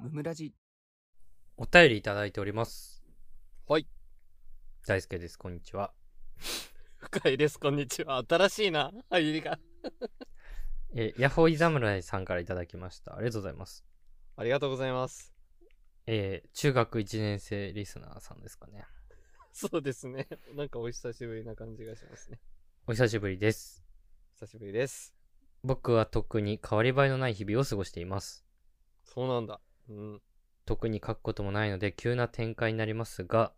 ムムラジお便りいただいております。はい。大輔です、こんにちは。深井です、こんにちは。新しいな、入りが。えー、ヤホイ侍さんからいただきました。ありがとうございます。ありがとうございます。えー、中学1年生リスナーさんですかね。そうですね。なんかお久しぶりな感じがしますね。お久しぶりです。久しぶりです。僕は特に変わり映えのない日々を過ごしています。そうなんだ。うん。特に書くこともないので急な展開になりますが、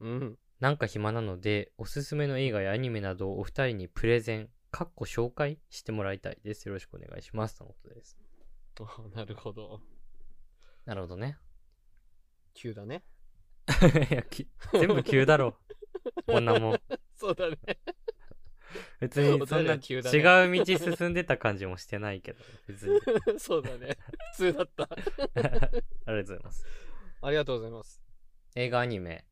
うん。なんか暇なので、おすすめの映画やアニメなどをお二人にプレゼン、かっこ紹介してもらいたいです。よろしくお願いします。とのことです。あなるほど。なるほどね。 急だね。いやき全部急だろ。こんなもん。そうだね。 別 にそんなお便りは急だ違う道進んでた感じもしてないけど、別に。そうだね。普通だった。ありがとうございます。ありがとうございます。映画アニメ、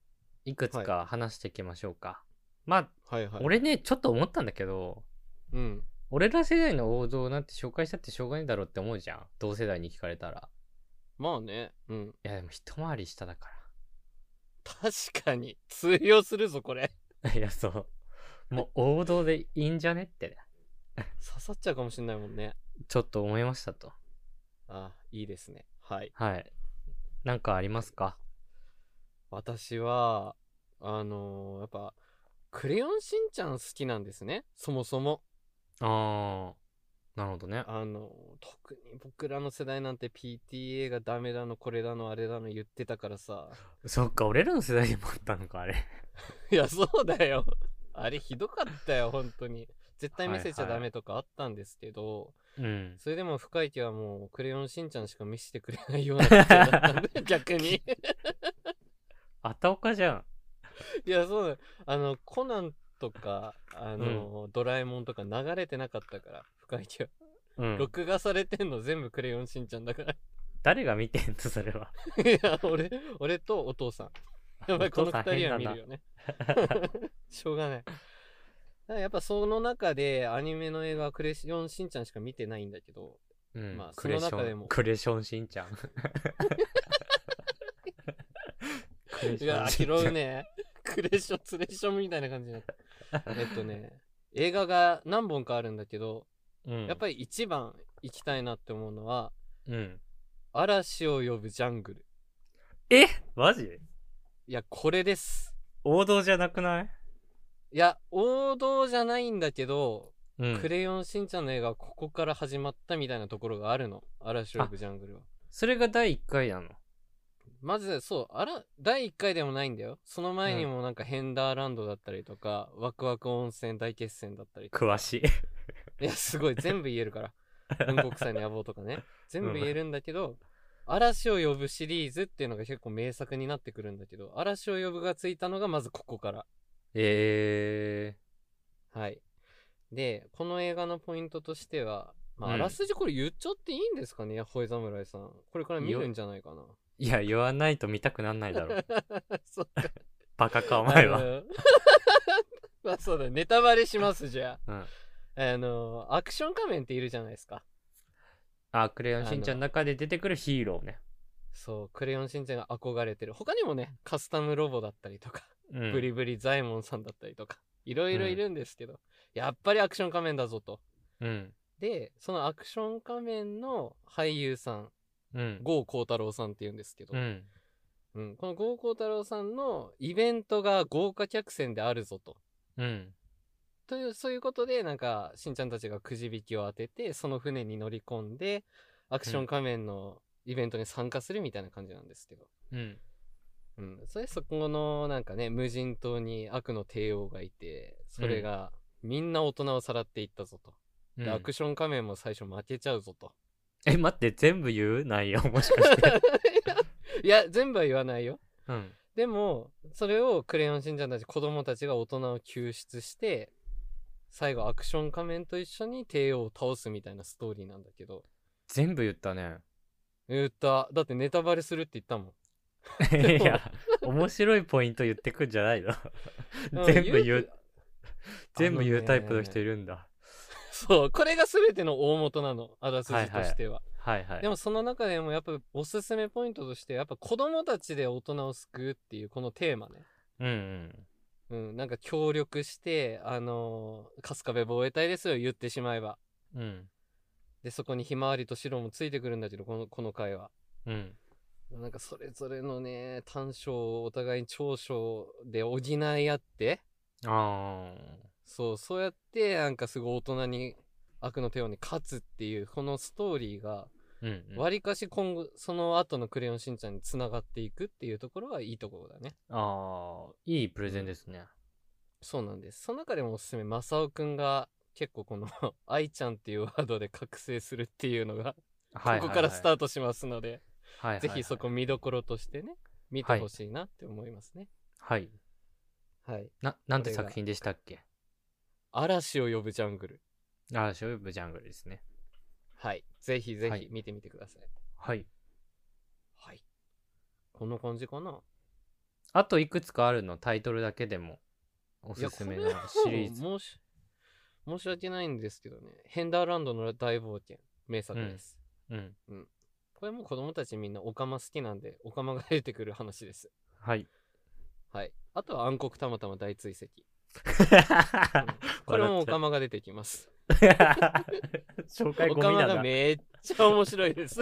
いくつか話していきましょうか。まあ、はいはい。俺ね、ちょっと思ったんだけど、うん。俺ら世代の王道なんて紹介したってしょうがないだろうって思うじゃん。同世代に聞かれたら。まあね。うん。いや、でも一回り下だか確かに。通用するぞ、これ。ら。 いや、そう。もう王道でいいんじゃねってね、刺さっちゃうかもしんないもんね。ちょっと思いましたと。あいいですね。はい。はい。なんかありますか私は、あのーやっぱ、クレヨンしんちゃん好きなんですね。そもそも。あー、なるほどね。あの、特に僕らの世代なんて PTA がダメだの、これだの、あれだの言ってたからさ。 そっか、俺らの世代にもあったのか、あれ。いや、そうだよ。あれひどかったよ、本当に。絶対見せちゃはいはいダメとかあったんですけど、うん。それでも深い家はもう、クレヨンしんちゃんしか見せてくれないような家だったんで、 逆に。あたおかじゃん。いや、そうだよ。あの、コナンとか、あの、ドラえもんとか流れてなかったから、深い家は。うん。録画されてんの全部クレヨンしんちゃん だから。誰が見てんの、それ は。いや、俺、俺とお父さん。やっぱりこの二人は見るよね。 しょうがない。だからやっぱその中でアニメの映画はクレヨンしんちゃんしか見てないんだけど、うん、まあクレシその中でョンもクレションしんち ゃん。クレいショや、ンし拾んちゃんうね。 クレション、ツレションみたいな感じになった。えっとね、映画が何本かあるんだけど、 うん、やっぱり一番行きたいなって思うのは、り。うん。嵐を呼ぶジャングル。えマジいや、これです。王道じゃなくない、いや、王道じゃないんだけど、うん、クレヨンしんちゃんの映画はここから始まったみたいなところがあるの。嵐を呼ぶジャングルは。それが第1回なの。まずそうあら第1回でもないんだよその前にもなんかヘンダーランドだったりとか、ワクワク温泉大決戦だったりとか詳し い。いやすごい全部言え るから「文国祭の野望」とかね全部言えるんだけど「嵐を呼ぶ」シリーズっていうのが結構名作になってくるんだけど「嵐を呼ぶ」がついたのがまずここからえはいでこの映画のポイントとしては、まあ、うあんらすじこれ言っちゃっていいんですかね、ヤホイ侍さんこれから見るんじゃないかなー。いや、言わないと見たくなんないだ ろ。そうバカか、お前あは。の まあそうだ、ネタバレしますじゃうん。あ。あの、アクション仮面っているじゃないですか。あ、クレヨンしんちゃんの中で出てくるヒーローね。そう、クレヨンしんちゃんが憧れてる。他にもね、カスタムロボだったりとか、うん、ブリブリザイモンさんだったりとか、いろいろいるんですけど、やっぱりアクション仮面だぞと。うん。で、そのアクション仮面の俳優さん、うん。郷幸太郎さんって言うんですけど、うん。うんこの郷幸太郎さんのイベントが豪華客船であるぞと。うん。という、そういうことで、なんか、しんちゃんたちがくじ引きを当てて、その船に乗り込んで、アクション仮面のイベントに参加するみたいな感じなんですけど。うん。うん。それ、そこの、なんかね、無人島に悪の帝王がいて、それが、みんな大人をさらっていったぞと。うでんアクション仮面も最初負けちゃうぞと。 え、待って、全部言う内容 もしかして。 いや、全部は言わないよ。うん。でも、それをクレヨンしんちゃんたち、子供たちが大人を救出して、最後アクション仮面と一緒に帝王を倒すみたいなストーリーなんだけど、全部言ったね。言った。だってネタバレするって言ったも いや、面白いポイント言ってくんじゃないのん。全う部ん言う、。全部言うタイプの人あのねいるんだ。そう、これが全ての大元なの、あらすじとしては。ははいはい。でもその中でもやっぱおすすめポイントとしてやっぱ子供たちで大人を救うっていうこのテーマね。うんうん。うん、なんか協力して、あのー、春日部防衛隊ですよ、言ってしまえば。うん。で、そこにひまわりと白もついてくるんだけど、この、この回は。うん。なんかそれぞれのね、短所をお互いに長所で補い合って、あそう、そうやって、なんかすごい大人に、悪の手をに勝つっていう、このストーリーが、ー。うん、うん。わりかし今後、その後のクレヨンしんちゃんに繋がっていくっていうところはいいところだね。ああ、いいプレゼンですね。そうなんです。その中でもおすすめ、マサオくんが結構この、 愛ちゃんっていうワードで覚醒するっていうのが、はいはいはい。ここからスタートしますので、はいはいはいぜひそこ。見どころとしてね、見てほしいなって思いますね。はい。はい。な、なんてこれが作品でしたっけ嵐を呼ぶジャングル。ああ、ショーブジャングルですね。はい。ぜひぜはひい見てみてください。はい。はい。こんな感じかな。あといくつかあるのタイトルだけでもおいすやすめこのれはシリーズ。申し、申し訳ないんですけどね。ヘンダーランドの大冒険、名作です。うん。これも子供たちみんなオカマ好きなんで、オカマが出てくる話です。はい。はい。あとは暗黒たまたま大追跡。ここ れもオカマが出てきます。 紹介オゴカミマなんがだ。めっちゃ面白 いです。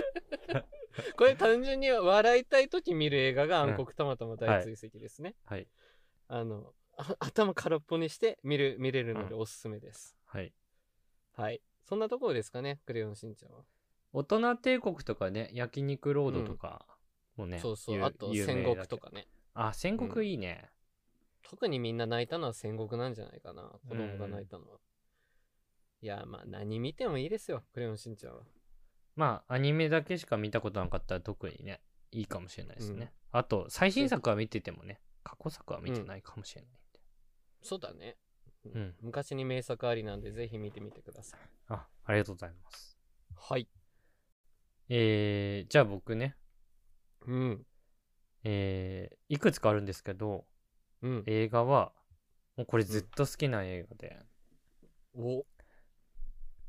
これ単純に笑いたい時見る映画が暗黒たまたま大追跡ですね。はい。あの、あ頭空っぽにして見る、見れるのでおすすめです。はい。はい。そんなところですかね、クレヨンしんちゃんは。大人帝国とかね、焼肉ロードとかもね。そうそう。ゆあと有名だ戦国けどとかね。あ、戦国いいね。特にみんな泣いたのは戦国なんじゃないかな。子供が泣いたのは。いや、まあ何見てもいいですよ、クレヨンしんちゃんは。まあ、アニメだけしか見たことなかったら特にね、いいかもしれないですね。あと、最新作は見ててもね、過去作は見てないかもしれないんで。そうだね。うんうん昔に名作ありなんで、ぜひ見てみてください。あ、ありがとうございます。はい。えー、じゃあ僕ね、うん。えー、いくつかあるんですけど、うん。映画は、もうこれずっと好きな映画で、お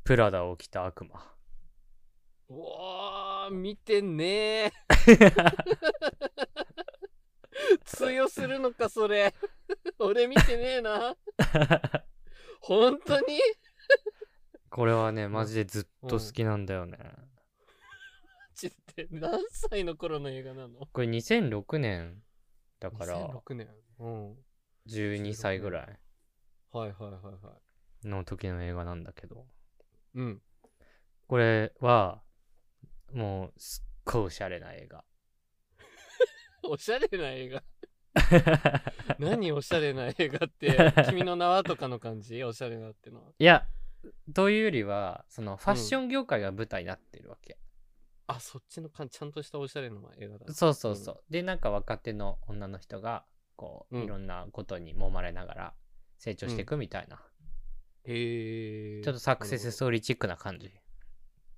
プラダを着た悪魔。うわー、見てねー。通用するのか、それ。俺見てねえな。本当にこれはね、マジでずっと好きなんだよね。ちって何歳の頃の映画なのこれ2006年だから、 2006年。うん。 12歳ぐらいはいはいはいはの時の映画なんだけど、い。うん。これは、もう、すっごいおしゃれな映 画。おしゃれな映画。何おしゃれな映 画って、君の名はとかの感じおしゃれなってのは。いや、というよりは、その、ファッション業界が舞台になってるわけ。あ、そっちのかんちゃんとしたおしゃれな映画だ。そうそうそう。で、なんか若手の女の人が、こう、うんいろんなことに揉まれながら成長していくみたいな。へえ。ちょっとサクセスストーリーチックな感じなる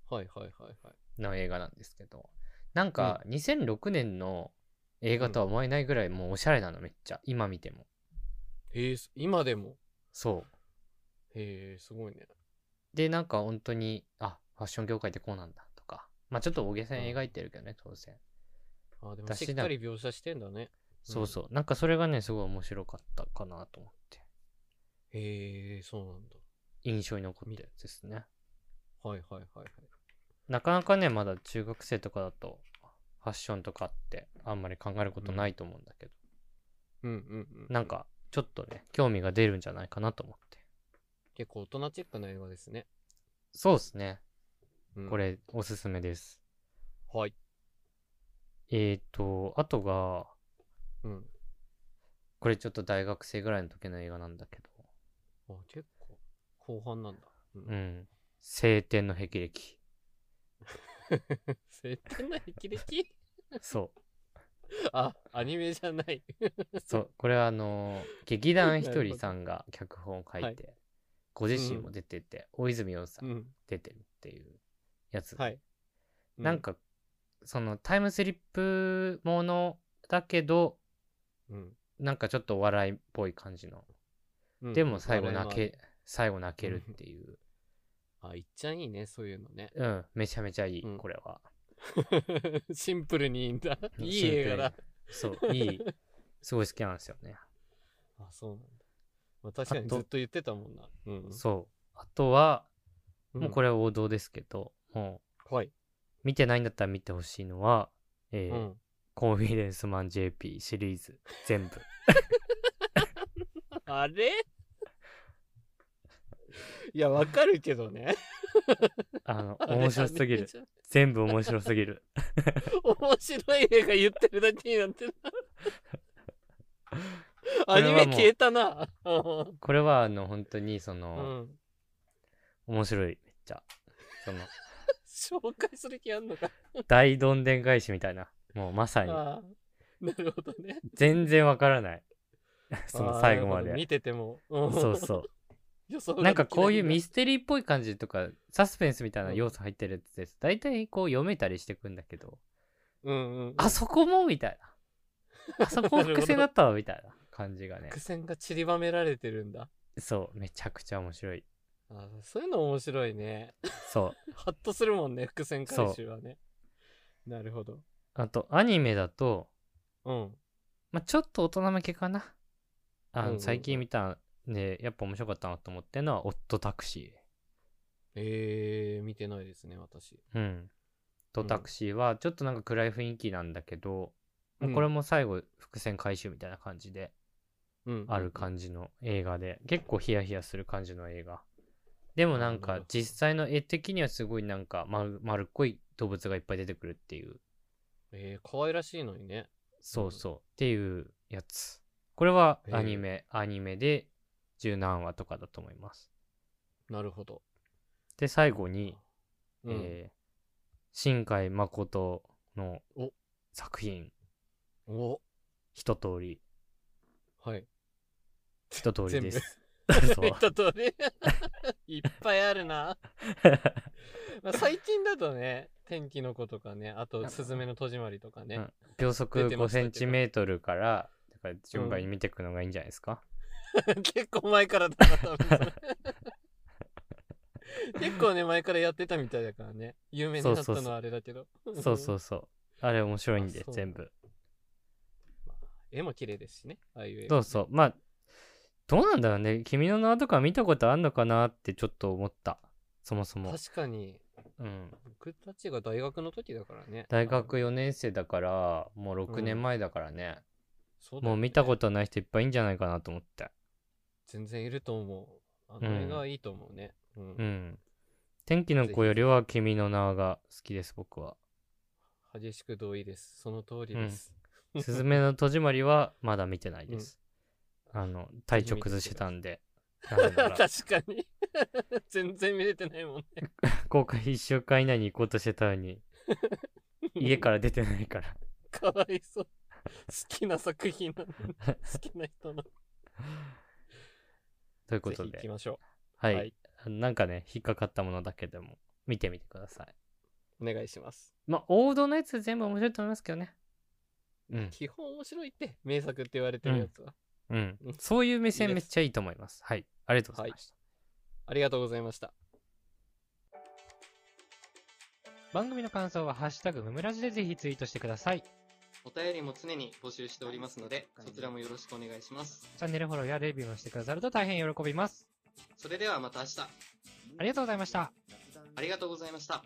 ほど。はいはいはいはい。の映画なんですけど。なんか、2006年の映画とは思えないぐらいもうおしゃれなの、めっちゃ。今見ても。へえ、今でも。そう。へえ、すごいね。で、なんか本当に、あ、ファッション業界ってこうなんだとか。まあちょっと大げさに描いてるけどね、当然。あ、でもだししっかり描写してんだね。そうそう。なんかそれがね、すごい面白かったかなと思って。へえ、そうなんだ。印象に残ってるやつですね。はいはいはいはい。なかなかね、まだ中学生とかだと、ファッションとかってあんまり考えることないと思うんだけど、うんうんうん。なんかちょっとね、興味が出るんじゃないかなと思って。結構大人チックな映画ですね。そうですね。うんこ。れ、おすすめです。はい。えーと、あとが、うん。これちょっと大学生ぐらいの時の映画なんだけど、あ、結構後半なんだ。う。うん ん。晴天の霹靂。晴天な霹靂そあ、アニメじゃない。う。そう。これはあのー劇団ひとりさんが脚本を書はいて、ご自身も出てて、大泉洋さうんん。出てるっていうやつはい。うなん、か、そのタイムスリップものだけど、うんなんかちょっとお笑いっぽぽい感じの。でも最後泣、うんけ、最後泣けるっていうあ、いっちゃんいいね、そういうのね。 うん、めちゃめちゃいい、うんこれは。シンプルにいいんだ。うんいい映画だ。そう、いい。すごい好きなんですよね。あ、そうなんだ。まあ、確かにあとずっと言ってたもんな。うん。そう。あとは、もうこれ。れは王道ですけど、もはい。う、見てないんだったら見てほしいのは、えーうん。コンフィデンスマン JP シリーズ全 部。あれ いや、わかるけどね。あの、あれ面白すぎる。。あれ全部面白すぎる。面白い映画言ってるだけにな ってる。れはアニもうメ消えたな。うこれは、あの、本当に、その、ん。面白い、めっちゃ。その、紹介する気あんのか。大どんでん返しみたいな。もうまさに、ああなるほどね。全然わからない。 そあのあ最後まなるほどで見。てても。うんそうそ 予想がう。できなんかこういうミス。ステリーっぽい感じとか、サスペンスみたいな要素入ってるやつです。大体こう読めたりしてくんだけど、うんうん。あそこもみたいな。あそこも伏線だったわみたいな感じがね 伏。線が散りばめられてるんだ。そう、めちゃくちゃ面白い。ああそういうの面白いね。そう。ハッとするもんね、伏線回収はね。なるほど。あと、アニメだと、うん。まあ、ちょっと大人向けかな。あうんうんうのん最近見たんで、やっぱ面白かったなと思ってるのは、オットタクシえー、見てないですね、私。ー。うん。オットタクシーは、ちょっとなんか暗い雰囲気なんだけど、うんまあこれも最後、伏線回収みたいな感じで、うんある感じの映画で、結構ヒヤヒヤする感じの映画。でもなんなるかほど、実際の絵的にはすごいなんか丸、丸っこい動物がいっぱい出てくるっていう、えー、可愛らしいのにね。そううんそう、っていうやつ。これはへえアニメ、アニメで十何話とかだと思います。なるほど。で、最後に、うんえー新海誠のお作品、お一通り、はい。一通り全部 です。 そう言った通り。 いっぱいあるな。まあ、最近だとね、天気の子とかね、あと、すずめの戸締まりとかね。うん秒速出てま5したけセどンチメートルから、だから順番に見ていくのがいいんじゃないですか。 結構前からだな、多分 それ結構ね、前からやってたみたいだからね。有名になそったうそうのそうはあれだけど。そうそうそう。あれ面白いんあでそ、う全部。 絵も綺麗ですしね、ああいう絵、そうそう。まあ、どうなんだろうね。君の名はとか見たことあんのかなってちょっと思った。そもそも。確かに、うん。僕たちが大学の時だからね。大学4年生だから、もう6年前だからね。そうだよねもう見たことない人いっぱいいんじゃないかなと思って。全然いると思う。あうのん映画はいいと思うね。ううんん。天気の子よりは君の名が好きです、僕 は。激しく同意です。その通りです。すずめの戸締まりはまだ見てないです。あの、体調崩してたんで。なぜな 確ら、かに。全然見れてないもんね。公開1週間以内に行こうとしてたの に、家から出てないから。かわいそう。好きな作品なの に。好きな人の。というこぜとひ行きで、ましょう。はい、なんかね、引っかかったものだけでも見てみてください。お願いします。まあ、王道のやつ全部面白いと思いますけどね。うん、基本面白いって、名作って言われてるやつは。うんうん。そういう目い線いめでっすちゃいいと思います。はい、ありがとうございました。ありがとうございました。番組の感想は「ハッシュタグムムラジ」でぜひツイートしてください。お便りも常に募集しておりますので、そちらもよろしくお願いします。チャンネルフォローやレビューもしてくださると大変喜びます。それではまた明日、ありがとうございました。ありがとうございました。